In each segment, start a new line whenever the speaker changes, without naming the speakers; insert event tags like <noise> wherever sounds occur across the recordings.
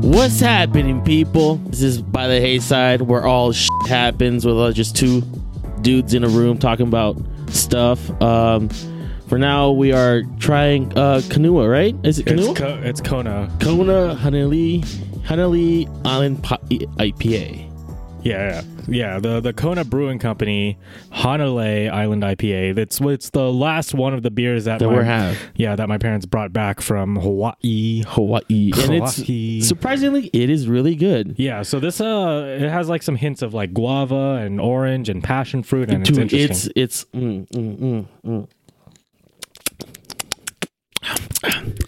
What's happening, people? This is by the Hayside, where all shit happens with uh, just two dudes in a room talking about stuff. Um, for now, we are trying uh, Kanua, right? Is it Kanua?
It's, Ko- it's Kona.
Kona Hanalei Hanalei Island Pa- IPA.
Yeah, yeah, yeah. The the Kona Brewing Company, Hanalei Island IPA. That's it's the last one of the beers that,
That
my,
we're have.
Yeah, that my parents brought back from Hawaii.
Hawaii. And
Hawaii.
it's surprisingly, it is really good.
Yeah, so this uh, it has like some hints of like guava and orange and passion fruit, and it's
Dude,
interesting.
it's it's mm, mm, mm,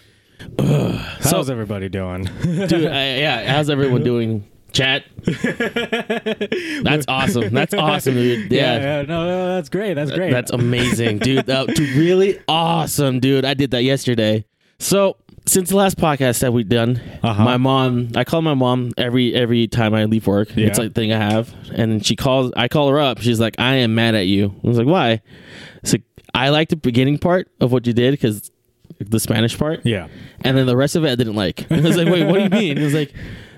mm.
How's everybody doing?
mm. dude. I, yeah, how's everyone doing?
<laughs>
Chat. That's awesome. That's awesome, dude. Yeah.
yeah, no, no, that's great. That's great.
That's amazing, dude. Uh, dude, really awesome, dude. I did that yesterday. So since the last podcast that we've done,
Uh-huh.
my mom, I call my mom every every time I leave work.
Yeah.
It's like a thing I have, and she calls. I call her up. She's like, "I am mad at you." I was like, "Why?" It's like I liked the beginning part of what you did because the Spanish part.
yeah.
And then the rest of it I didn't like. <laughs> I was like, wait, what do you mean? It was like,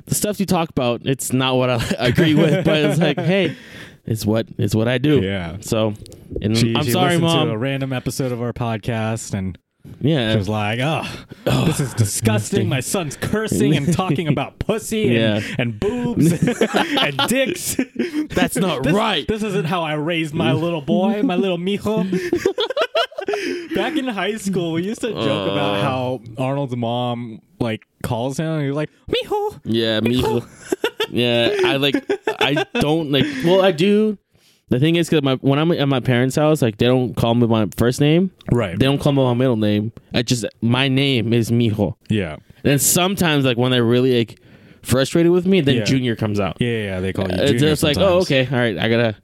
the stuff you talk about, it's not what I <laughs> agree with, but it's like, hey, it's what it's what I do.
Yeah.
So, and
She-
I'm
she
sorry,
listened To a
mom.
random episode of our podcast, and
Yeah.
I was like, oh, this is disgusting. My son's cursing and
<laughs>
talking about pussy and,
Yeah.
and boobs
<laughs>
and dicks.
That's <laughs> not
This-
right.
This isn't how I raised my little boy, my
<laughs>
little mijo. Back in high school, we used to joke
Uh.
about how Arnold's mom like calls him and he's like, mijo.
yeah,
<laughs>
me. yeah, I like. I don't like. Well, I do. The thing is, because my when I'm at my parents' house, like they don't call me by my first name.
Right.
They don't call me my middle name. I just my name is Mijo.
Yeah.
And sometimes, like when they're really like frustrated with me, then
Yeah.
Junior comes out.
Yeah, yeah, yeah, they call you.
it's
junior
just like,
sometimes.
oh, okay, all right, I gotta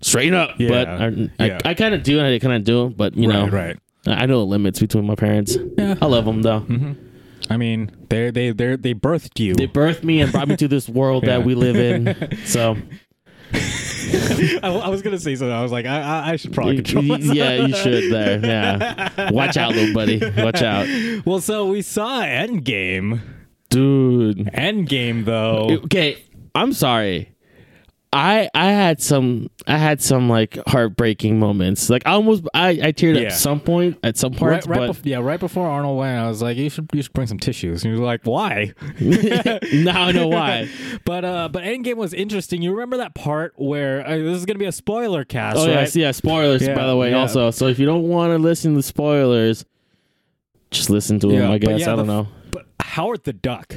straighten up.
Yeah,
But I, I,
yeah.
I kind of do, and I kind of do, but you know,
Right, right.
I I know the limits between my parents. I love them though.
I mean, they they they they birthed you.
They birthed me and brought me to this world
Yeah.
that we live
<laughs>
in. So
I, I was gonna say something. I was like, I I, I
<laughs>
should probably
y-
control
y-
myself.
yeah, you should there. Yeah, watch out, little buddy. Watch out,
Well, so we saw Endgame.
dude.
Endgame, though.
Okay, I'm sorry. I I had some I had some like heartbreaking moments. Like I almost I I teared
Yeah.
at some point at some parts,
Right, right
but
bef- yeah, right before Arnold went, I was like, "You should, you should bring some tissues." And he was like,
<laughs>
"Why?" <laughs>
now I know why.
but, uh, but Endgame was interesting. You remember that part where uh, this is gonna be a spoiler cast,
Oh
right?
yes, yeah. Spoilers,
Yeah,
by the way.
yeah.
Also, so if you don't want to listen to spoilers, just listen to them.
Yeah,
I
but
guess
yeah,
I
the
don't know.
But Howard the Duck.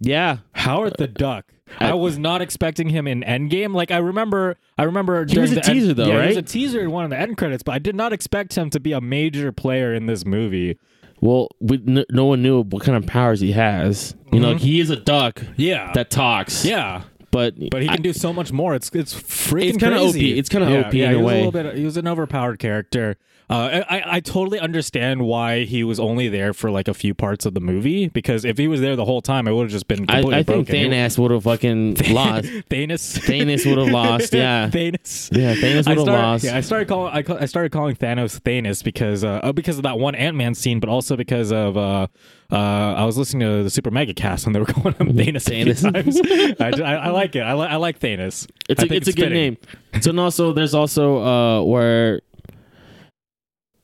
yeah,
Howard the Duck. I,
Uh, I-
was not expecting him in Endgame. Like I remember, I remember
He was
during
a
the end-
teaser, though,
yeah, He was
right?
a teaser in one of the end credits, but I did not expect him to be a major player in this movie.
well, we, no, no one knew what kind of powers he has. You know, like, he is a duck
Yeah,
that talks.
Mm-hmm. yeah.
but
But he can
I-
do so much more. It's it's freaking.
It's kinda
crazy.
OP. It's kinda
yeah,
OP
yeah,
in
he
a
was
way.
little bit. He was an overpowered character. Uh, I- I I totally understand why he was only there for like a few parts of the movie because if he was there the whole time, it would have just been
I,
completely
I think
broken.
Thanos would have
<laughs>
fucking lost.
Thanos.
Thanos would have
<laughs>
lost. Yeah,
Thanos.
yeah. Thanos
I
would have
started-
lost.
Yeah, I started calling I, ca- I started calling Thanos Thanos because uh, uh, because of that one Ant Man scene, but also because of uh, uh, I was listening to the Super Mega Cast and they were <laughs> calling him Thanos. a few
Thanos.
times.
<laughs>
I, ju- I, I like it. I, li- I like Thanos.
It's
I
a,
think
it's, a good
fitting.
name. So and also there's also uh where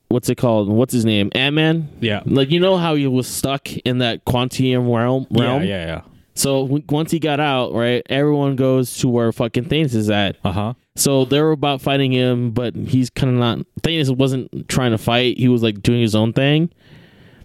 what's it called? What's his name? Ant Man.
Yeah.
Like you know how he was stuck in that quantum realm.
Yeah,
realm?
yeah, yeah.
So w- once he got out, right, everyone goes to where fucking Thanos is at.
Uh huh.
So they were about fighting him, but he's kind of not. Thanos wasn't trying to fight. He was like doing his own thing,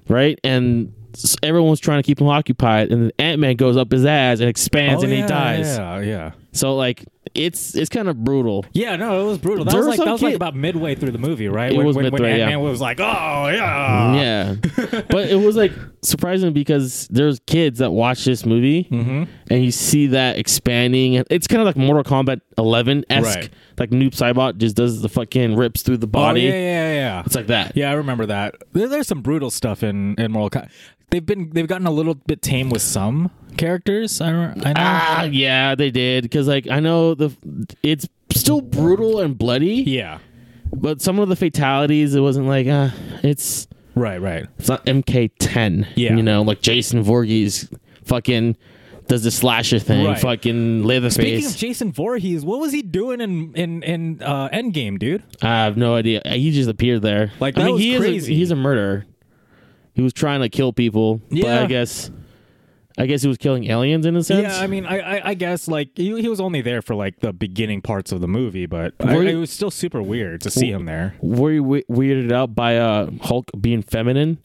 right? And s- everyone was trying to keep him occupied. And Ant Man goes up his ass and expands, and he dies.
Oh, Yeah, yeah.
So like it's it's kind of brutal.
Yeah, no, it was brutal. That
There
was
was
like that
some
was like
kid-
about midway through the movie, right?
It
when
was
when, when
midway, yeah.
Ant Man was like, "Oh yeah, <laughs>
yeah, but it was like surprising because there's kids that watch this movie,
Mm-hmm.
and you see that expanding. It's kind of like Mortal Kombat 11 esque,
Right.
like Noob Saibot just does the fucking rips through the
body."
body.
Oh, yeah, yeah, yeah.
It's like that.
Yeah, I remember that. There, there's some brutal stuff in in Mortal Kombat. They've been they've gotten a little bit tame with some characters. I, re- I know.
Ah, yeah, they did because like I know the it's still brutal and bloody,
yeah.
but some of the fatalities it wasn't like uh, it's
Right. Right.
it's not MK10.
Yeah.
you know, like Jason Voorhees fucking does the slasher thing,
Right.
fucking
Speaking
Leatherface.
of Jason Voorhees, what was he doing in in in uh, Endgame, dude?
I have no idea. Uh, He just appeared there.
Like,
I
that
mean,
was
he
crazy.
Is a, he's a murderer. He was trying to kill people, but
Yeah.
I guess, I guess he was killing aliens in a sense.
Yeah, I mean, I I, I guess like he, he was only there for like the beginning parts of the movie, but I,
Were you-
it was still super weird to see him there.
were you we- weirded out by uh, Hulk being feminine?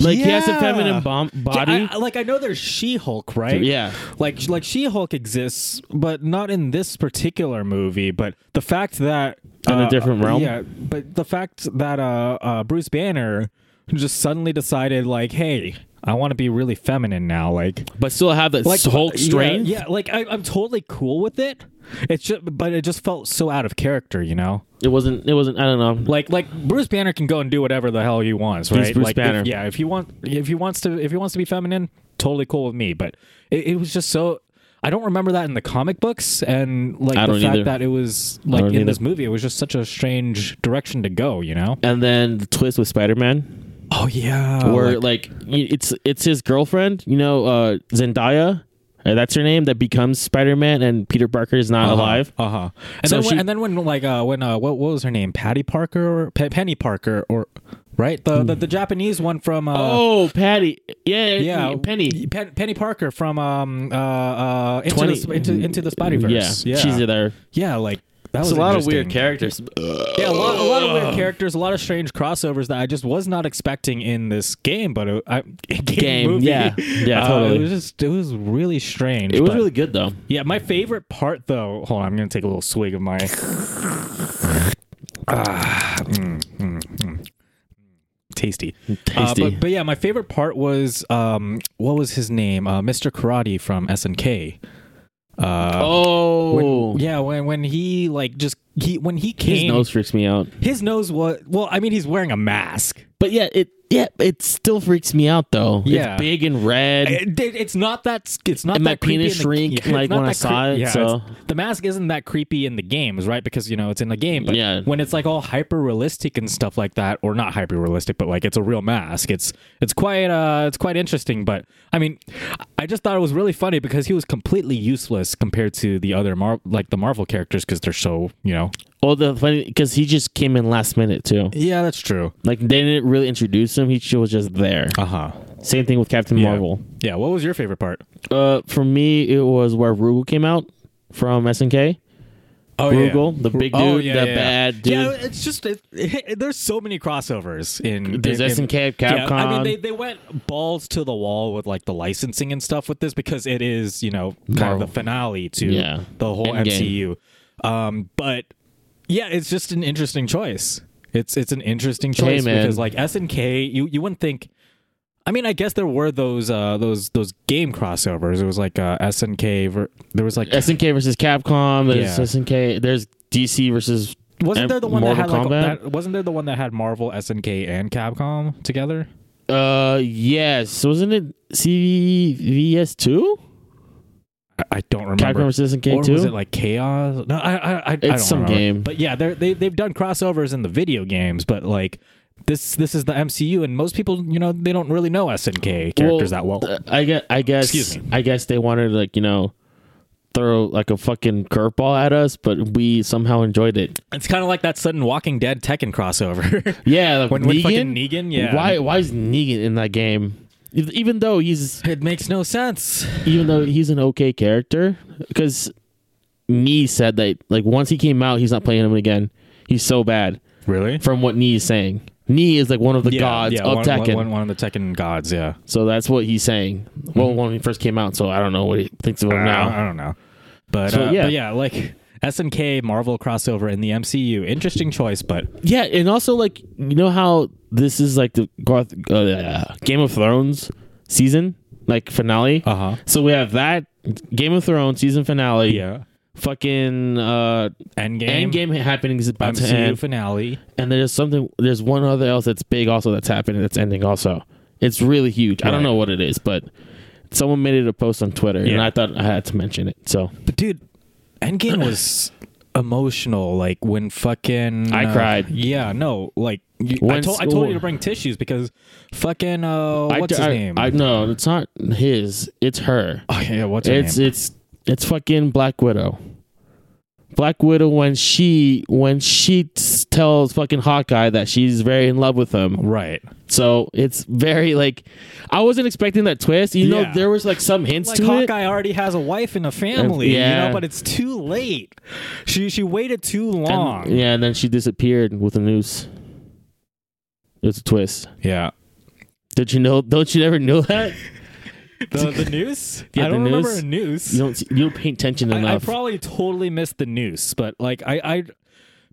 Like he has a
Yeah.
feminine bom- body.
I- I- like I know there's She-Hulk, right?
Yeah.
Like like She-Hulk exists, but not in this particular movie. But the fact that uh,
In a different realm?
yeah. But the fact that uh, uh Bruce Banner just suddenly decided like, hey, I want to be really feminine now, like
but still have that
like
Hulk
yeah,
strength.
Yeah, like I, I'm totally cool with it. It's just, but it just felt so out of character, you know.
It wasn't. It wasn't. I don't know.
Like like Bruce Banner can go and do whatever the hell he wants, right?
Bruce
like,
Banner.
If, yeah, if he want if he wants to if he wants to be feminine, totally cool with me. But it, it was just so I don't remember that in the comic books, and like
I
the
don't
fact
either.
that it was like
don't
in this
either.
movie, it was just such a strange direction to go, you know?
And then the twist with Spider Man,
Oh yeah,
where like, y it's it's his girlfriend, you know, uh, Zendaya. uh, That's her name. That becomes Spider Man, and Peter Parker is not alive.
Uh huh. And
So
then when,
she-
and then when like uh when uh what, what was her name Patty Parker or Pe- Penny Parker or right the,
Hmm.
the the Japanese one from uh,
oh, Patty. Yeah.
yeah
Yeah. Penny.
Pen- Penny Parker from um uh uh into
20
the, Sp- into, into the Spider
Yeah,
Verse yeah
She's there.
yeah like that was
It's a lot of weird
interesting.
characters.
yeah a lot, a lot of weird characters a lot of strange crossovers that I just was not expecting in this game but it, I, <laughs> game,
Game,
movie. <laughs>
yeah. Yeah,
Uh,
totally.
it was just it was really strange
It was
but-
really good though.
yeah, my favorite part though. Hold on, I'm gonna take a little swig of my. <sighs> Ah, mm, mm, mm. Tasty. Uh,
Tasty.
but, but yeah, my favorite part was um, what was his name? Uh, Mr. Karate from SNK. Uh,
oh.
when- yeah, when when he like just he when he came,
His nose freaks me out.
his nose was well. I mean, he's wearing a mask.
But yeah, it yeah, it still freaks me out though.
Yeah.
It's big and red.
It- it- it's not that. It's not
And
that
my
creepy
penis
in the,
shrink,
it's
like,
not
when I
that
saw it,
Yeah,
so-
it's- the mask isn't that creepy in the games, right? Because you know it's in the game. But
Yeah.
when it's like all hyper realistic and stuff like that, or not hyper realistic, but like it's a real mask. It's it's quite uh it's quite interesting. But I mean, I just thought it was really funny because he was completely useless compared to the other Mar- like the Marvel characters because they're so you know.
Oh, the funny because he just came in last minute too.
Yeah, that's true.
Like they didn't really introduce him. He was just there.
Uh huh.
Same thing with Captain Marvel.
Yeah. What was your favorite part?
Uh, for me, it was where Rugal came out from SNK.
Oh,
Rugal, the big dude, the bad dude.
Yeah, it's just it, it- there's so many crossovers in.
There's
in, in-
SNK,
Yeah,
Capcom.
I mean, they, they went balls to the wall with like the licensing and stuff with this because it is you know kind
Marvel.
of the finale to
Yeah.
the whole
Endgame.
MCU. Um, but yeah, it's just an interesting choice. It's it's an interesting choice
man.
because like SNK, you you wouldn't think. I mean, I guess there were those uh, those those game crossovers. It was like uh, SNK. Ver- there was like
SNK versus Capcom. There's
Yeah.
SNK. There's DC versus.
Wasn't
and
there the one
Mortal
that had
Kombat?
like that, wasn't there the one that had Marvel, SNK, and Capcom together?
Uh, yes, wasn't it CVS two?
I, I don't remember.
Capcom versus
or
SNK
was it
two.
like Chaos? No, I I, I, I don't
some
remember.
game.
But yeah, they're, they they've done crossovers in the video games, but like this this is the MCU, and most people you know they don't really know SNK characters that well.
uh, I guess. I guess.
Excuse me.
I guess they wanted to, like you know, throw like a fucking curveball at us, but we somehow enjoyed it.
It's kind of like that sudden Walking Dead Tekken crossover. <laughs>
Yeah, like
When-
Negan.
when fucking Negan, yeah.
Why? Why is Negan in that game? E- Even though he's
it makes no sense.
even though he's an okay character, because Nee said that like once he came out, he's not playing him again. He's so bad.
Really?
From what Nee is saying, Nee is like one of the
Yeah,
gods
yeah,
of
one,
Tekken.
one- one- one of the Tekken gods. Yeah.
So that's what he's saying. Well, when he first came out, so I don't know what he thinks
Uh,
of him now.
I don't know. But,
So,
uh,
yeah.
but yeah, like SNK Marvel crossover in the MCU. Interesting choice, but
Yeah, and also like you know how this is like the Garth, uh, Game of Thrones season like finale.
uh huh.
So we have that Game of Thrones season finale.
Yeah.
Fucking uh,
Endgame.
Endgame happening is about to
MCU
end,
finale.
and there's something. There's one other else that's big also that's happening that's ending also. It's really huge. I don't
Right.
know what it is, but someone made it a post on Twitter, and
Yeah.
I thought I had to mention it. So
But dude, <clears throat> Endgame was emotional. Like when fucking uh,
I cried.
Yeah, no, like You, I
When's-
told I told you to bring tissues because fucking uh,
I-
what's
I-
his name?
I no, it's not his. It's her.
<laughs> oh, yeah, what's her
It's
name?
it's it's fucking Black Widow. Black Widow when she when she t- tells fucking Hawkeye that she's very in love with him.
right.
So it's very like I wasn't expecting that twist. You know,
Yeah.
there was like some hints
Like
to it.
Hawkeye already has a wife and a family, you
yeah.
know, but it's too late. She she waited too
And-
long.
yeah, and then she disappeared with a noose. It's a twist.
yeah.
Did you know? Don't you ever know that?
The the noose?
Yeah,
I don't
the
remember
noose.
a noose.
You don't. You don't pay attention
I, I
enough.
probably totally missed the noose, but like I, I,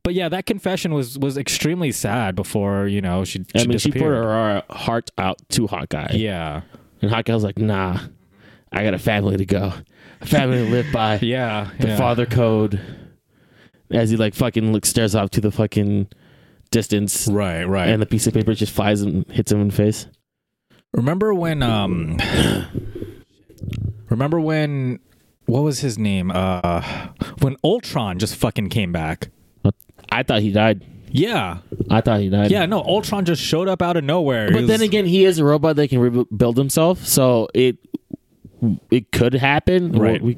but yeah, that confession was was extremely sad. Before you know, she,
I
she
mean, she poured
disappeared.
her heart out to Hawkeye.
Yeah,
And Hawkeye was like, nah, I got a family to go. A family to live by.
<laughs> yeah,
The
yeah.
father code. As he like fucking looks stares off to the fucking distance.
Right, right.
And the piece of paper just flies and hits him in the face.
remember
<coughs>
when? Um, remember when? What was his name? Uh, when Ultron just fucking came back.
I thought he died.
Yeah,
I thought he died.
yeah. No, Ultron just showed up out of nowhere. He
But then
was-
again, he is a robot that can rebuild himself, so it it could happen.
Right.
We-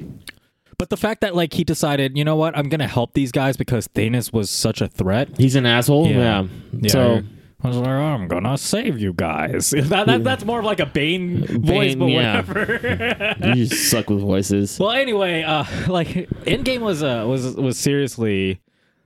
but the fact that like he decided, you know what, I'm gonna help these guys because Thanos was such a threat.
he's an asshole.
Yeah.
Yeah.
Yeah,
so
I was like, I'm gonna save you guys. <laughs> That, that, that's more of like a Bane, <laughs> voice,
Bane,
but
yeah.
whatever.
<laughs> you just suck with voices.
well, anyway, uh, <laughs> like Endgame was uh, was was seriously,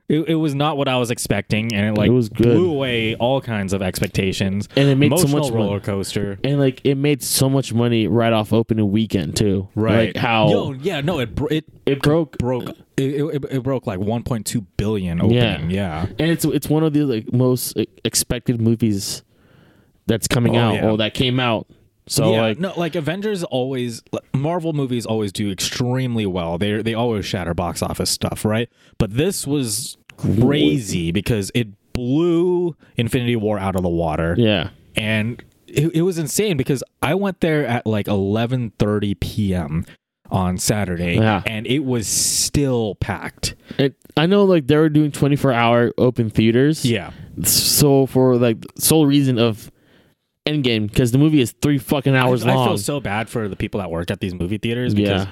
it, it was not what I was expecting, and it like
It was good.
blew away all kinds of expectations.
And it made so
Emotional
much money.
roller coaster.
and like it made so much money right off opening weekend too. Like how
Yo, yeah, no, it bro- it
it broke,
broke it, it, it broke like 1.2 billion opening. Yeah.
and it's it's one of the like most e- expected movies that's coming
Oh,
out
yeah.
or that came out. So
yeah,
like
no, like Avengers always, like, Marvel movies always do extremely well. They they always shatter box office stuff, right? But this was crazy because it blew Infinity War out of the water,
yeah,
and it, it was insane because I went there at like eleven thirty p.m. on Saturday,
Yeah.
and it was still packed.
it, I know like they were doing twenty four hour open theaters.
Yeah,
so for like sole reason of Endgame because the movie is three fucking
I,
hours long.
feel so bad for the people that worked at these movie theaters because
yeah,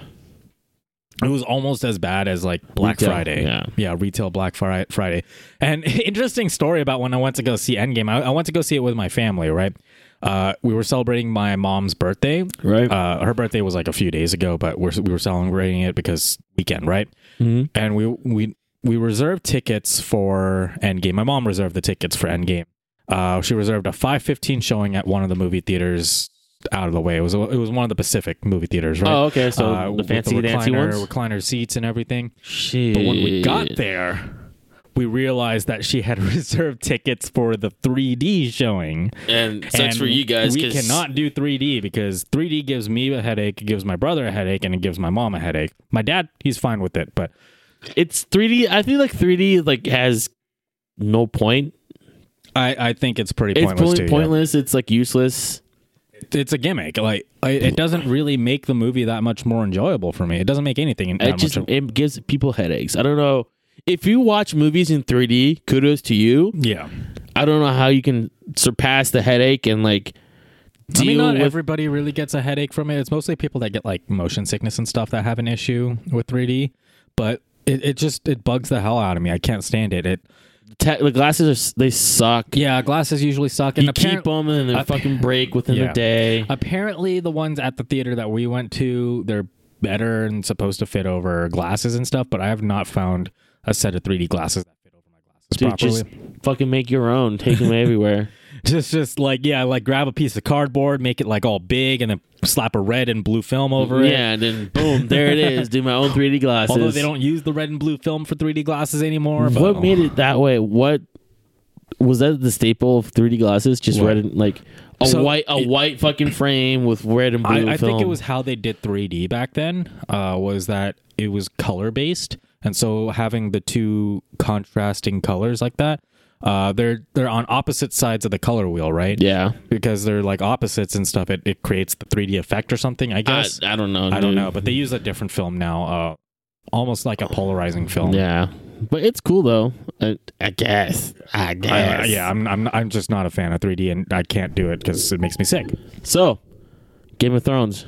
It was almost as bad as like Black
Retail,
Friday.
yeah.
retail Black Fri- Friday. And <laughs> interesting story about when I went to go see Endgame. I, I went to go see it with my family, right? Uh, we were celebrating my mom's birthday.
right.
Uh, her birthday was like a few days ago, but we're, we were celebrating it because weekend, right?
Mhm.
And we we we reserved tickets for Endgame. My mom reserved the tickets for Endgame. Uh, she reserved a five fifteen showing at one of the movie theaters out of the way. It was it was one of the Pacific movie theaters, right?
Oh, okay. So
uh,
the
with
fancy dancy
recliner,
ones.
recliner seats and everything.
Shit.
But when we got there, we realized that she had <laughs> reserved tickets for the 3D showing.
and
And We cannot do 3D because 3D gives me a headache, it gives my brother a headache, and it gives my mom a headache. My dad, he's fine with it, but
It's 3D. I feel like 3D like has no point.
I, I think it's pretty
It's
pointless.
pointless.
too, yeah.
pointless. It's like useless.
It's a gimmick. Like I, it doesn't really make the movie that much more enjoyable for me. It doesn't make anything. That
it just
much,
it gives people headaches. I don't know. If you watch movies in 3D, kudos to you.
yeah.
I don't know how you can surpass the headache and like
I
deal
mean, not
with.
everybody really gets a headache from it. It's mostly people that get like motion sickness and stuff that have an issue with 3D. But it, it just it bugs the hell out of me. I can't stand it. It
te- the glasses are s- they suck.
yeah, glasses usually suck. And
you keep them and they
I-
fucking break within
Yeah. Uh,
a day.
apparently the ones at the theater that we went to they're better and supposed to fit over glasses and stuff. But I have not found a set of 3D glasses that fit over my glasses
Dude,
properly. <laughs>
just fucking make your own. Take them everywhere.
just just like yeah, like grab a piece of cardboard, make it like all big, and then slap a red and blue film <laughs> over it.
Yeah, and then boom, there it is. Do my own 3D glasses.
Although they don't use the red and blue film for 3D glasses anymore. But um,
What made it that way? What was that the staple of 3D glasses? Just
What?
red and like a
So
white a
it-
white fucking frame with red and blue.
I, I think it
film.
was how they did 3D back then. Uh, was that it was color based, and so having the two contrasting colors like that, uh, they're they're on opposite sides of the color wheel, right?
yeah.
Because they're like opposites and stuff. It it creates the 3D effect or something. I
I,
guess
I don't know.
I don't
dude.
uh, know, but they use a different film now. Uh, almost like a polarizing film.
yeah, but it's cool though. I, I guess. I guess.
I, yeah, I'm, I'm I'm just not a fan of 3D, and I can't do it because it makes me sick.
So, Game of Thrones.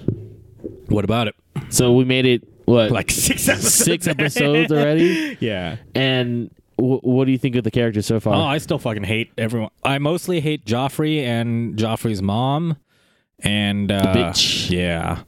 What about it?
So we made it what
Like six episodes. <laughs>
six episodes already,
Yeah.
and w- what do you think of the characters so
Oh,
far?
I still fucking hate everyone. I mostly hate Joffrey and Joffrey's mom, and uh,
bitch.
Yeah. Oh,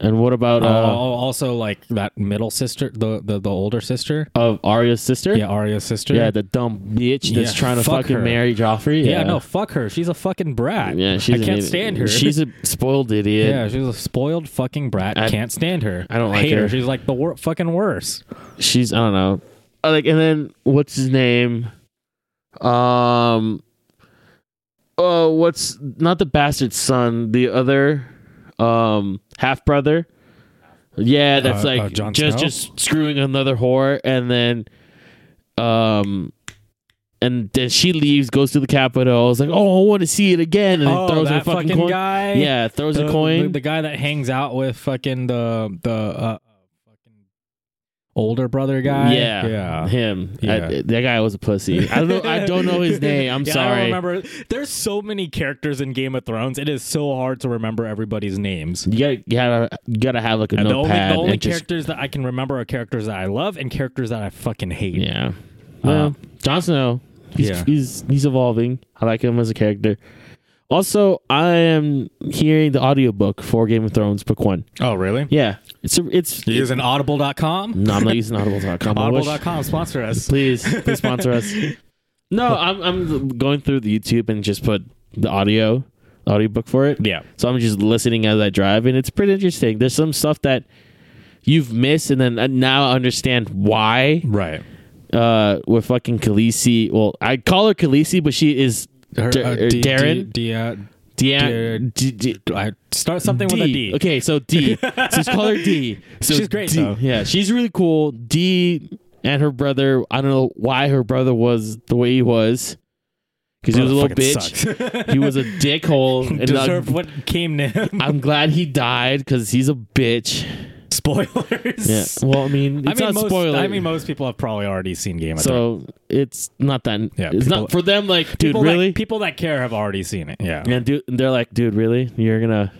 and what about
Al-
uh,
al- also, like that middle sister, the the, the older sister.
of Arya's sister?
oh. Yeah, Arya's sister.
Yeah, the dumb bitch that's
Yeah,
trying to
fuck
fucking
her.
marry Joffrey.
yeah, no, fuck her. She's a fucking brat.
Yeah, she's
I
an
can't
idiot.
stand her.
She's a spoiled idiot.
<laughs> yeah, she's a spoiled fucking brat.
I-
can't stand her.
I don't like
Hate her.
her.
She's like the wor- fucking worst.
she's I don't know. Uh, Like and then what's his name? Um Oh, what's not the bastard son, the other um half brother? Yeah, that's
Uh,
like
uh, Jon
just
Snow?
just screwing another whore and then um and then she leaves, goes to the Capitol. It's like, oh, I want to see it again, and
Oh,
then throws her
that
fucking,
fucking
coin.
guy?
Yeah, throws a coin.
The, the guy that hangs out with fucking the the uh, fucking older brother guy.
Yeah,
yeah.
him. I-
Yeah.
that guy was a pussy. I don't know. I don't know
<laughs>
his name. I'm
Yeah, I
sorry.
don't remember. There's so many characters in Game of Thrones. It is so hard to remember everybody's names.
You gotta, you gotta, you gotta have like a
And the only,
notepad
the only
and just
characters that I can remember are characters that I love and characters that I fucking hate.
yeah. Well, Jon Snow, he's,
yeah.
he's he's evolving. I like him as a character. Also, I am hearing the audiobook for Game of Thrones book one.
Oh, really?
Yeah, it's a, it's.
You're using audible.com?
no, I'm not using Audible.com. I wish.
Audible.com, sponsor us.
Please,
<laughs>
please sponsor us. No, I'm I'm going through the YouTube and just put the audio audiobook for it.
Yeah.
So I'm just listening as I drive, and it's pretty interesting. There's some stuff that you've missed, and then uh, now I understand why.
Right.
Uh, with fucking Khaleesi. Well, I call her Khaleesi, but she is
Her-
Da-
uh, D-
Darren?
D- D- uh,
Deanne. D- D-
I start something with a
D.
D.
Okay, so D. so just call her
<laughs>
D. So
She's great,
D.
though.
Yeah, she's really cool. D and her brother. I don't know why her brother was the way he was. Because he was a little bitch.
<laughs>
He was a dickhole. and I-
Deserved what came to him. <laughs>
I'm glad he died because he's a bitch.
Spoilers.
Yeah. Well, I mean, it's
I mean,
not
most,
spoiler.
I mean, most people have probably already seen Game of Thrones.
so it's not that.
Yeah,
it's
people-
not for them. Like, dude,
People that-
really?
people that care have already seen it. Yeah.
and dude, and they're like, dude, really? You're gonna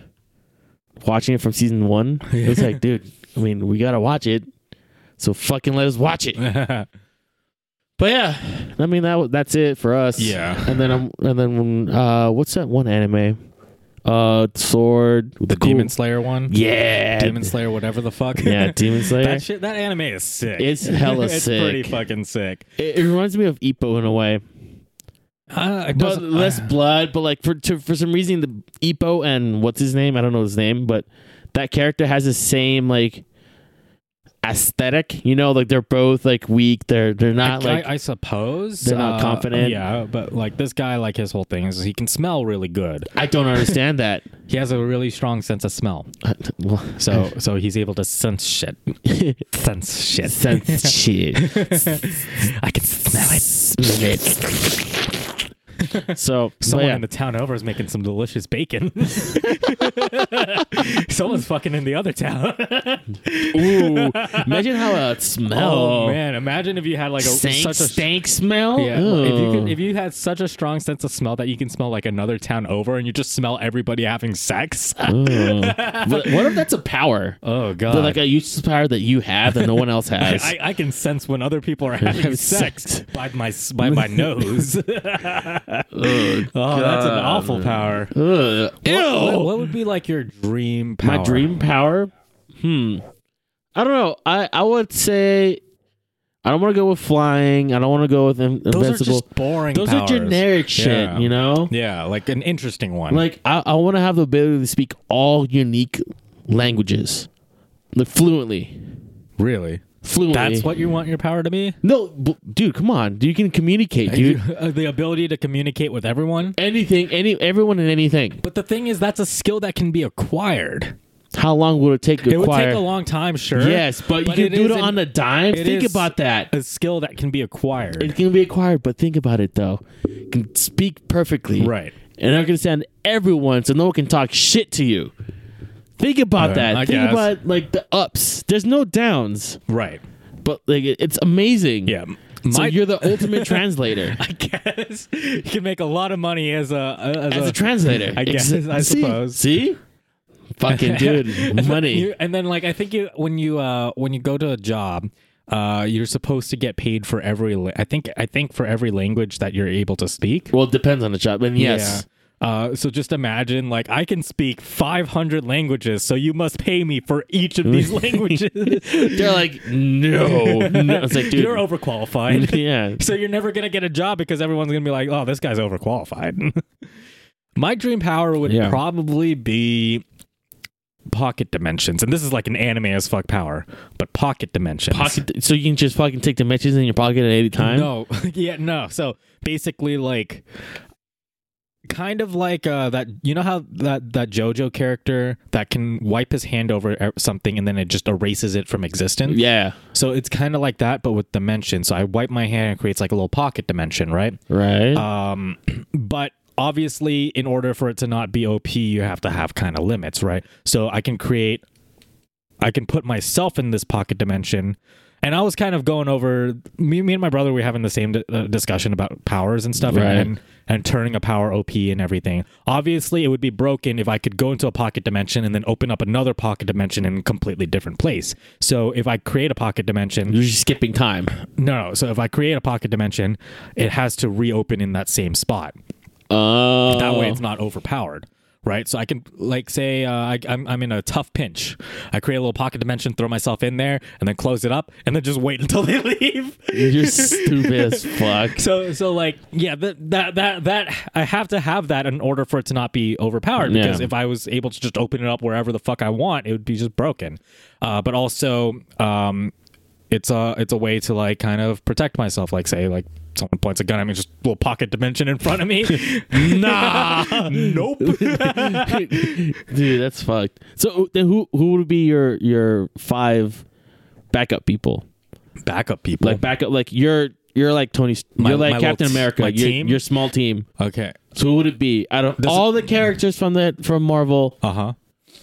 watching it from season
<laughs>
one? It's like, dude. I mean, we gotta watch it. So fucking let us watch it. But yeah, I mean that that's it for us.
<laughs> Yeah.
And then I'm and then uh, what's that one anime? Uh, sword with
the
cool-
Demon Slayer one.
Yeah.
Demon Slayer, whatever the fuck.
Yeah,
<laughs>
Demon Slayer.
that shit. That anime is sick.
It's hella
<laughs> it's
sick.
pretty fucking sick.
It, it reminds me of Ippo in a way,
Uh,
but
it doesn't-
less
uh,
blood. But like for to, for some reason, the Ippo and what's his name? I don't know his name, but that character has the same like aesthetic. You know, like they're both like weak. They're they're not
I,
like
I suppose
they're not
uh,
confident.
Yeah, but like this guy, like his whole thing is he can smell really good.
I, don't understand
<laughs>
that.
He has a really strong sense of smell.
Well, <laughs>
So so he's able to sense shit. sense shit. <laughs>
sense shit.
I can smell it.
so but
Someone
yeah. <laughs>
in the town over is making some delicious bacon. Someone's fucking in the other town.
Ooh, imagine how it
Oh,
smells.
man, imagine if you had like a
stank,
such a
stank smell.
Yeah, if you
Ugh.
could, if you had such a strong sense of smell that you can smell like another town over and you just smell everybody having sex.
Ugh. But what if that's a power?
Oh
But
god.
like a useless power that you have that no one else has.
<laughs> I, I can sense when other people are having
Having
sex
sex.
by my s- by my nose. <laughs>
Ugh.
Oh, that's an awful power.
Ugh.
What,
Ew.
what- what would be like your dream power?
My dream power? Hmm. I don't know. I, I would say I don't want to go with flying. I don't want to go with in-
Those
invincible.
are just boring.
Those
powers.
are generic shit,
Yeah.
you know?
Yeah, like an interesting one.
Like I, I want to have the ability to speak all unique languages. Like fluently.
really,
Fluently.
that's what you want your power to be.
No, b- dude, come on. You can communicate, dude.
<laughs> Uh, the ability to communicate with everyone.
Anything, any everyone and anything.
But the thing is, that's a skill that can be acquired.
How long would it take to
It would
acquire?
take a long time, sure.
Yes, but, you can do it
is
on
an-
a dime.
it
Think
is-
about that.
a skill that can be acquired.
It can be acquired, but think about it though. You can speak perfectly,
Right.
And I can understand everyone, so no one can talk shit to you. Think about
Uh,
that.
I
think
guess.
about like the ups. There's no downs.
Right.
but like it- it's amazing.
Yeah.
So
My-
you're the ultimate translator
<laughs> I guess you can make a lot of money as a as,
as a translator.
Uh, I guess,
Exa-
I
see?
suppose.
See,
<laughs>
fucking dude, money.
You- and then like I think you when you uh when you go to a job, uh you're supposed to get paid for every la- I think I think for every language that you're able to speak.
Well, it depends on the job, and yes,
Yeah. Uh, so just imagine, like I can speak 500 languages, so you must pay me for each of
<laughs>
these languages.
they're like,
<laughs>
no, no. It's like, dude,
You're overqualified,
<laughs> yeah.
so you're never gonna get a job because everyone's gonna be like, "Oh, this guy's overqualified." <laughs> My dream power would
Yeah.
probably be pocket dimensions, and this is like an anime as fuck power, but pocket dimensions.
Pocket, so you can just fucking take dimensions in your pocket at any time.
No, <laughs> yeah, no. So basically, like, kind of like uh, that. You know how that that JoJo character that can wipe his hand over e- something and then it just erases it from existence.
Yeah.
So it's kind of like that, but with dimension. So I wipe my hand and it creates like a little pocket dimension, right?
Right.
Um, but obviously, in order for it to not be OP, you have to have kind of limits, right? So I can create, I can put myself in this pocket dimension. And I was kind of going over me, me and my brother. We were having the same di- uh, discussion about powers and stuff,
Right.
and and turning a power OP and everything. Obviously, it would be broken if I could go into a pocket dimension and then open up another pocket dimension in a completely different place. So if I create a pocket dimension,
You're just skipping time.
no, no. So if I create a pocket dimension, it has to reopen in that same spot.
Oh.
<laughs> That way, it's not overpowered, right? So I can, like, say uh, I, I'm I'm in a tough pinch. I create a little pocket dimension, throw myself in there, and then close it up, and then just wait <laughs> until they leave.
You're stupid as fuck.
So so like yeah that that that that I have to have that in order for it to not be overpowered because
Yeah.
if I was able to just open it up wherever the fuck I want it would be just broken. Uh, but also um, it's a it's a way to like kind of protect myself like say like someone points a gun at me just little pocket dimension in front
<laughs>
of me. nah, <laughs> nope.
Dude, that's fucked. So uh, then who who would be your your five backup people?
Backup people.
Like backup like you're you're like Tony
My-
you're like
my
Captain
little t-
America.
my
your,
team?
your small team.
okay.
So who would it be? I don't
Does it-
all the characters from that from Marvel,
Uh huh.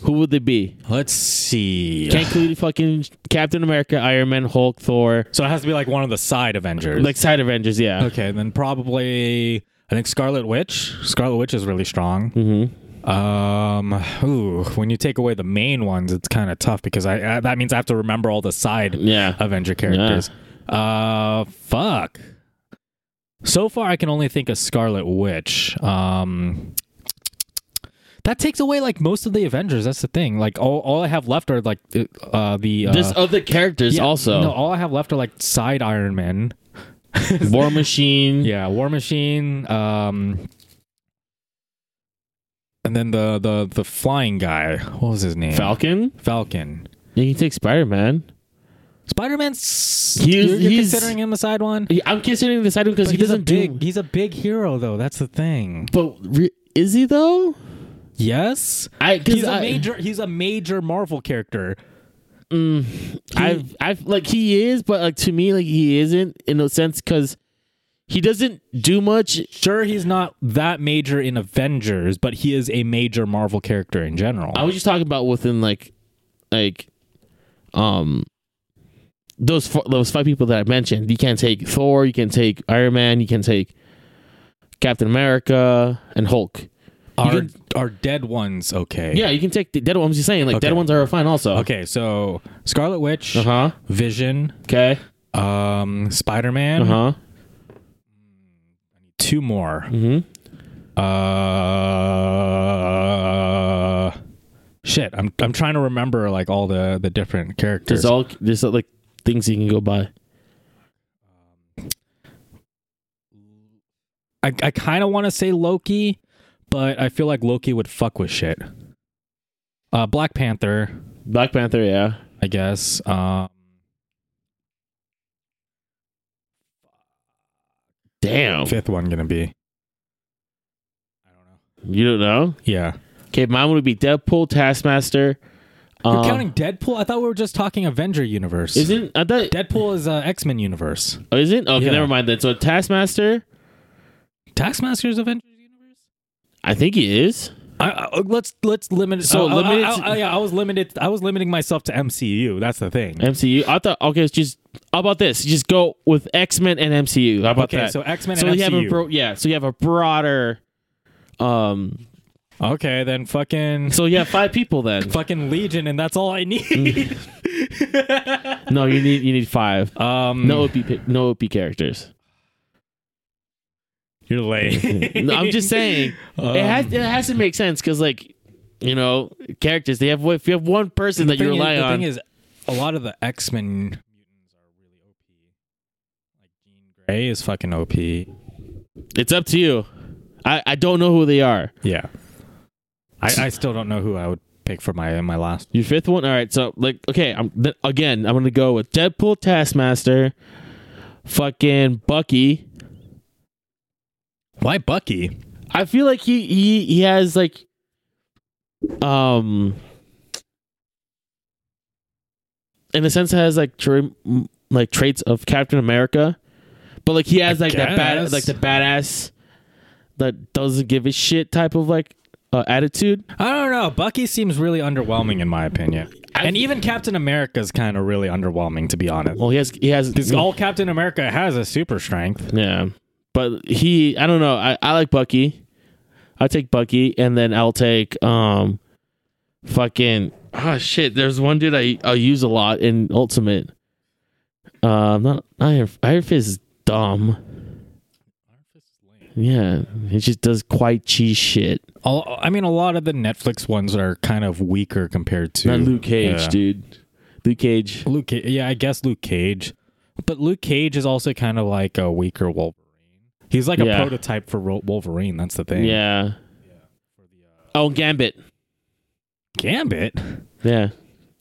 who would they be?
Let's see.
Can't include fucking Captain America, Iron Man, Hulk, Thor,
so it has to be like one of the side Avengers.
like side Avengers, yeah.
Okay, then probably I think Scarlet Witch. Scarlet Witch is really strong. Mm-hmm. Um, ooh, when you take away the main ones, it's kind of tough because I, I that means I have to remember all the side
Yeah.
Avenger characters. Uh, fuck. So far, I can only think of Scarlet Witch. Um, that takes away like most of the Avengers. That's the thing. Like all, all I have left are like uh the uh,
There's other characters
yeah,
also.
no. All I have left are like side Iron Man.
War Machine.
<laughs> Yeah, War Machine. Um, and then the the the flying guy. What was his name?
Falcon?
Falcon.
You can take Spider Man.
Spider Man's.
He's-
You're, you're
he's-
considering him a side one.
I'm considering this item because he
he's a
doesn't do
big. He's a big hero, though. That's the thing.
But re- is he though?
Yes,
I because
he's a major. He's a major Marvel character.
mm, I've I've like he is, but like to me, like he isn't in a sense because he doesn't do much.
Sure, he's not that major in Avengers, but he is a major Marvel character in general.
I was just talking about within like, like, um, those four, those five people that I mentioned. You can take Thor, you can take Iron Man, you can take Captain America and Hulk.
Are
can-
are dead ones okay?
Yeah, you can take the dead ones. I'm just saying, like
Okay.
dead ones are fine also.
Okay, so Scarlet Witch,
Uh huh.
Vision,
Okay.
um, Spider Man,
Uh huh.
two more.
Mhm.
Uh, shit, I'm I'm trying to remember like all the the different characters.
There's all there's like things you can go by.
Um, I I kind of want to say Loki, but I feel like Loki would fuck with shit. Uh, Black Panther,
Black Panther. Yeah.
I guess. Um,
Damn.
fifth one gonna be. I don't know.
You don't know?
Yeah.
Okay, mine would be Deadpool, Taskmaster.
You're
Um,
counting Deadpool? I thought we were just talking Avenger universe.
Isn't I thought
Deadpool is uh, X Men universe.
oh, isn't okay?
Yeah.
Never mind then. So Taskmaster,
Taskmaster's Avengers universe.
I think he is.
I, I, let's let's limit. it- Uh,
So
I- I-
limited
I,
to-
I- yeah, I was limited. I was limiting myself to MCU. That's the thing.
MCU. I thought okay, it's just How about this? You just go with X Men and MCU. How about
Okay,
that?
so X-Men
So
and
you have a
MCU.
bro- yeah. So you have a broader. Um.
okay, then fucking
So you have five people then.
fucking Legion, and that's all I need.
no, you need you need five.
<laughs>
Mm.
um,
No OP pi- no OP characters.
you're late.
<laughs> No, I'm just
<laughs>
saying
Um,
it has it has to make sense because like you know characters they have if you have one person that you
thing is-
rely
the
on
thing is, a lot of the X Men mutants are really OP. Like Jean Grey is fucking OP.
it's up to you. I I don't know who they are.
Yeah. I, I still don't know who I would pick for my my last.
Your fifth one. All right. So like okay. I'm th- again. I'm gonna go with Deadpool, Taskmaster, fucking Bucky.
Why Bucky?
I feel like he he he has like um in a sense has like tra- m- like traits of Captain America, but like he has
I
like that bad
guess.
like the badass that doesn't give a shit type of like uh, attitude.
I don't know. Bucky seems really underwhelming in my opinion.
I-
and even Captain America's kind of really underwhelming to be honest.
Well, he has he has
Because all Captain America has is super strength.
yeah, but he I don't know I I like Bucky. I take Bucky and then I'll take um fucking oh shit. There's one dude I I use a lot in Ultimate. Um, not Iron Iron Fist is dumb. Yeah, he just does quite cheese shit.
All, I mean, a lot of the Netflix ones are kind of weaker compared to
Not Luke Cage,
Yeah.
dude. Luke Cage.
Luke, Ca- yeah, I guess Luke Cage, but Luke Cage is also kind of like a weaker Wolverine. He's like a
Yeah.
prototype for Ro- Wolverine. That's the thing.
Yeah. Oh, Gambit.
Gambit,
Yeah,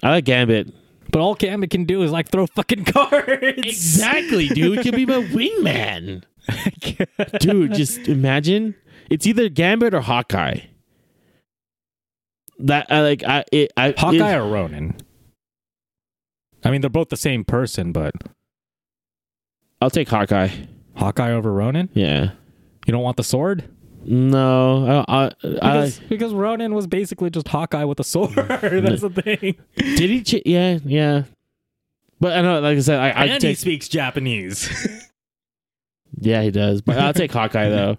I like Gambit.
but all Gambit can do is like throw fucking <laughs> cards. <laughs>
Exactly, dude. He could be my wingman. dude just imagine it's either gambit or hawkeye that i like i it, i
Hawkeye
it-
or Ronin. I mean, they're both the same person, but
i'll take hawkeye
Hawkeye over Ronin.
yeah
You don't want the sword
no i i, I
because, because Ronin was basically just Hawkeye with a sword. <laughs> That's the thing.
did he ch- yeah yeah but i know like i said i i
and he
take
speaks Japanese.
yeah he does but i'll take hawkeye though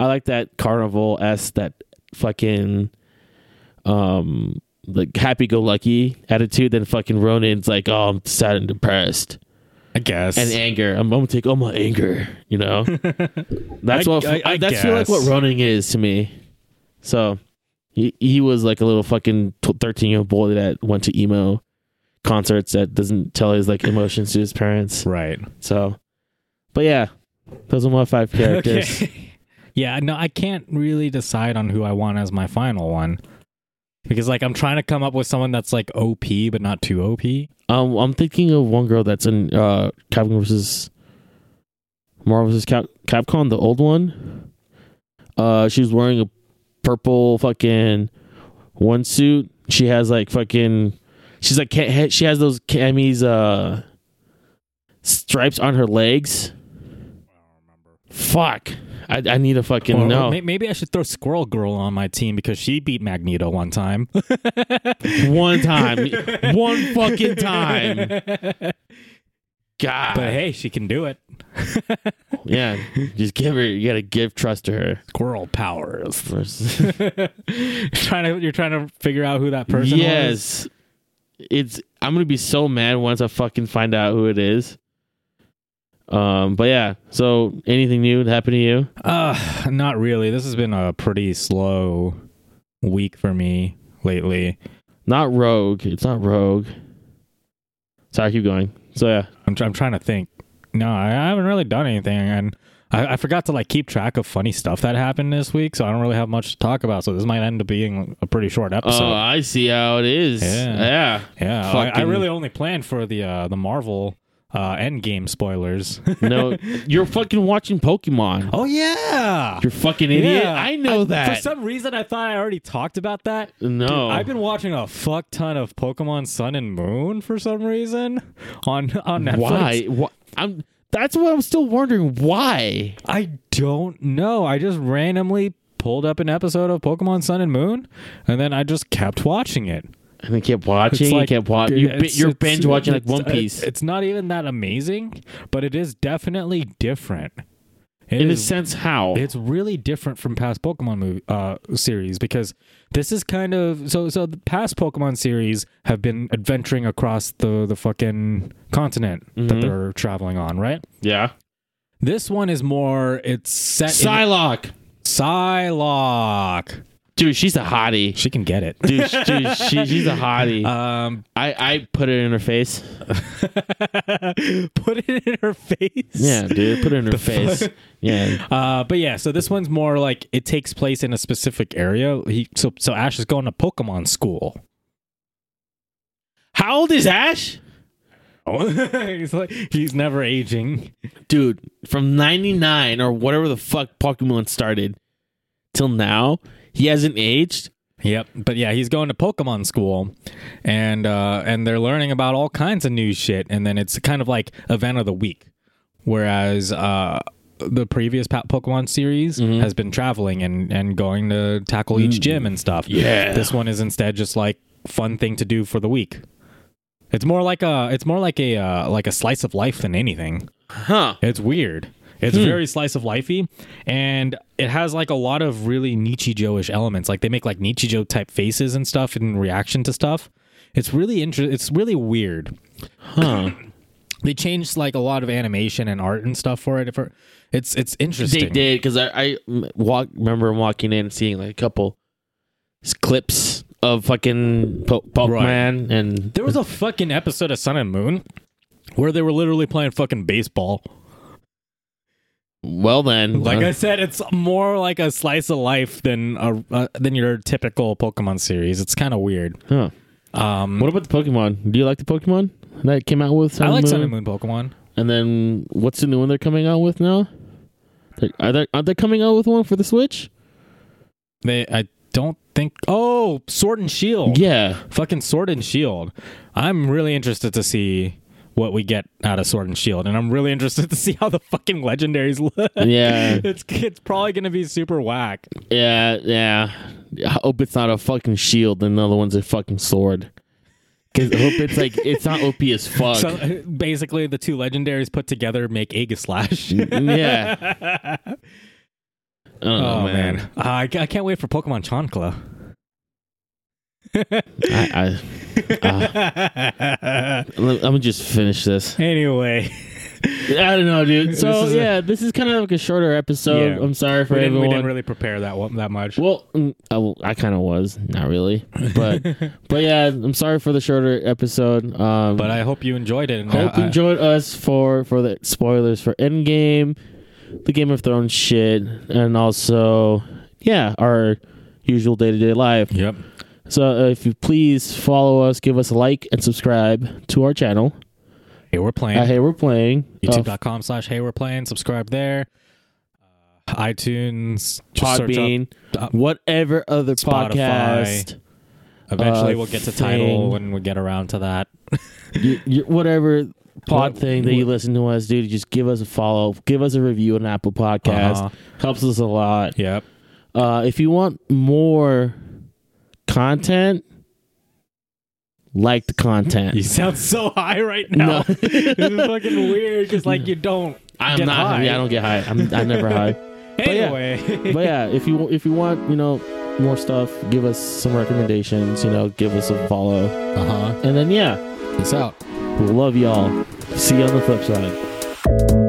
i like that carnival s that fucking um like happy-go-lucky attitude then fucking ronin's like oh i'm sad and depressed
<laughs> I guess.
and
<laughs>
anger. I'm, I'm gonna take all my anger. You know, that's
I-
what
I-
I,
I
that's feel like what
guess.
running is to me. So he he was like a little fucking thirteen year old boy that went to emo concerts that doesn't tell his like emotions to his parents.
right.
So, but yeah, those are my five characters.
<laughs> Okay. <laughs> yeah, no, I can't really decide on who I want as my final one. Because like I'm trying to come up with someone that's like OP but not too OP.
Um, I'm thinking of one girl that's in uh Capcom versus Marvel versus Cap- Capcom, the old one. Uh, she was wearing a purple fucking one suit. She has like fucking. She's like ca- ha- she has those camis uh stripes on her legs. Fuck! I, I need a fucking
Or- or
no.
may- maybe I should throw Squirrel Girl on my team because she beat Magneto one time.
one time, one <laughs> fucking time. God,
<laughs> But hey, she can do it. <laughs>
yeah. Just give her. You gotta give trust to her.
Squirrel powers. <laughs>
First.
trying to you're trying to figure out who that person was.
yes. It's I'm gonna be so mad once I fucking find out who it is. Um, but yeah. So anything new that happened to you?
Uh, not really. This has been a pretty slow week for me lately.
Not Rogue. It's not Rogue. Sorry, keep going. So yeah.
I'm, try- I'm trying to think. No, I I haven't really done anything, and I, I forgot to like keep track of funny stuff that happened this week, so I don't really have much to talk about. So this might end up being a pretty short
Oh,
episode.
I see how it is.
Yeah.
Yeah.
yeah, I, I
fucking-
really only planned for the uh, the Marvel uh, Endgame spoilers.
<laughs>
<laughs>
No, you're fucking watching Pokemon.
oh yeah,
You're fucking idiot.
Yeah.
I know that.
For some reason, I thought I already talked about that.
no.
Dude, I've been watching a fuck ton of Pokemon Sun and Moon for some reason on on Netflix.
why? Why? I'm. That's what I'm still wondering. Why?
I don't know. I just randomly pulled up an episode of Pokemon Sun and Moon, and then I just kept watching it.
And I kept watching,
like-
I kept watching.
yeah,
You, bi-
it's-
you're
it's-
binge watching like
it's- uh,
One Piece.
It's, not even that amazing, but it is definitely different. It
In a
is-
sense, how?
It's really different from past Pokemon movie uh, series because this is kind of so so. The past Pokemon series have been adventuring across the the fucking continent that
Mhm.
they're traveling on, right?
yeah.
This one is more. It's set in
Psylocke.
Psylocke.
Dude, she's a hottie.
She can
<laughs>
get it.
Dude, sh- dude she, she's a hottie.
Um, <laughs>
I, I put it in her face.
put it in her face.
Yeah, dude, put it in
<laughs>
her face. Yeah.
Uh, but yeah, so this one's more like it takes place in a specific area. He, so so Ash is going to Pokemon school.
How old is Ash?
<laughs> he's like he's never aging.
Dude, from 99 or whatever the fuck Pokemon started till now, he hasn't aged.
Yep. But yeah, he's going to Pokemon school, and uh, and they're learning about all kinds of new shit. And then it's kind of like event of the week, whereas uh, the previous pa- Pokemon series has been traveling and and going to tackle each gym and stuff.
Yeah.
This one is instead just like fun thing to do for the week. It's more like a it's more like a uh, like a slice of life than anything.
Huh.
It's weird. It's
Hmm.
very slice of lifey, and it has like a lot of really Nichijou-ish elements. Like they make like Nichijou type faces and stuff in reaction to stuff. It's really interesting. It's really weird.
Huh.
They changed like a lot of animation and art and stuff for it. For it's it's interesting.
They did because I, I m- walk remember walking in and seeing like a couple s- clips of fucking po- Pokemon and
There was a fucking episode of Sun and Moon where they were literally playing fucking baseball.
well then
Like
uh,
I said, it's more like a slice of life than a uh, than your typical Pokemon series. It's kind of weird.
huh.
Um,
what about the Pokemon? Do you like the Pokemon that came out with? Sun
I
and
like
Moon?
Sun and Moon Pokemon.
And then what's the new one they're coming out with now? They're, are they are they coming out with one for the Switch?
They, I don't think. Oh, Sword and Shield.
Yeah,
Fucking Sword and Shield. I'm really interested to see what we get out of Sword and Shield, and I'm really interested to see how the fucking legendaries look.
yeah,
<laughs> It's it's probably gonna be super whack.
yeah, yeah. I hope it's not a fucking shield and the other one's a fucking sword. Cause I hope it's like it's not OP as fuck.
So basically, the two legendaries put together make Aegislash.
yeah.
<laughs>
Oh,
Oh, man,
man.
Uh, I, ca- I can't wait for Pokemon Chancla.
I, uh. I let, let me just finish this.
<laughs> anyway,
I don't know, dude. So
<laughs> This is a-
yeah, this is kind of like a shorter episode.
Yeah.
I'm sorry for
we didn't, we
everyone.
didn't really prepare that one that much.
well, mm, I, well, I kind of was, not really,
<laughs>
but but yeah, I'm sorry for the shorter episode. Um,
But I hope you enjoyed it. and uh,
hope
I-
you enjoyed us for for the spoilers for Endgame, the Game of Thrones shit, and also yeah, our usual day to day life.
I- Yep.
So uh, if you please follow us, give us a like and subscribe to our channel.
Hey, we're playing.
Uh, hey, we're playing uh,
YouTube.com slash Hey, we're playing. Subscribe there. Uh, iTunes. just search
Podbean,
up- up-
whatever other
Spotify.
podcast,
Eventually,
uh,
we'll get to
thing.
title when we get around to that.
you, you, whatever pod
What-
thing that you listen to us, dude, just give us a follow, give us a review on Apple Podcast.
Uh-huh.
Helps us a lot.
Yep.
Uh, if you want more content, like the content.
You sound so high right now. <laughs>
No.
this is fucking weird because, like, you don't.
I'm
get
not.
high.
Yeah, I don't get high. I'm, I never
<laughs>
high. yeah.
Anyway. <laughs>
but yeah, if you if you want, you know, more stuff, give us some recommendations. You know, give us a follow, Uh-huh.
uh huh.
and then yeah,
Peace out.
we love y'all. See you on the flip side.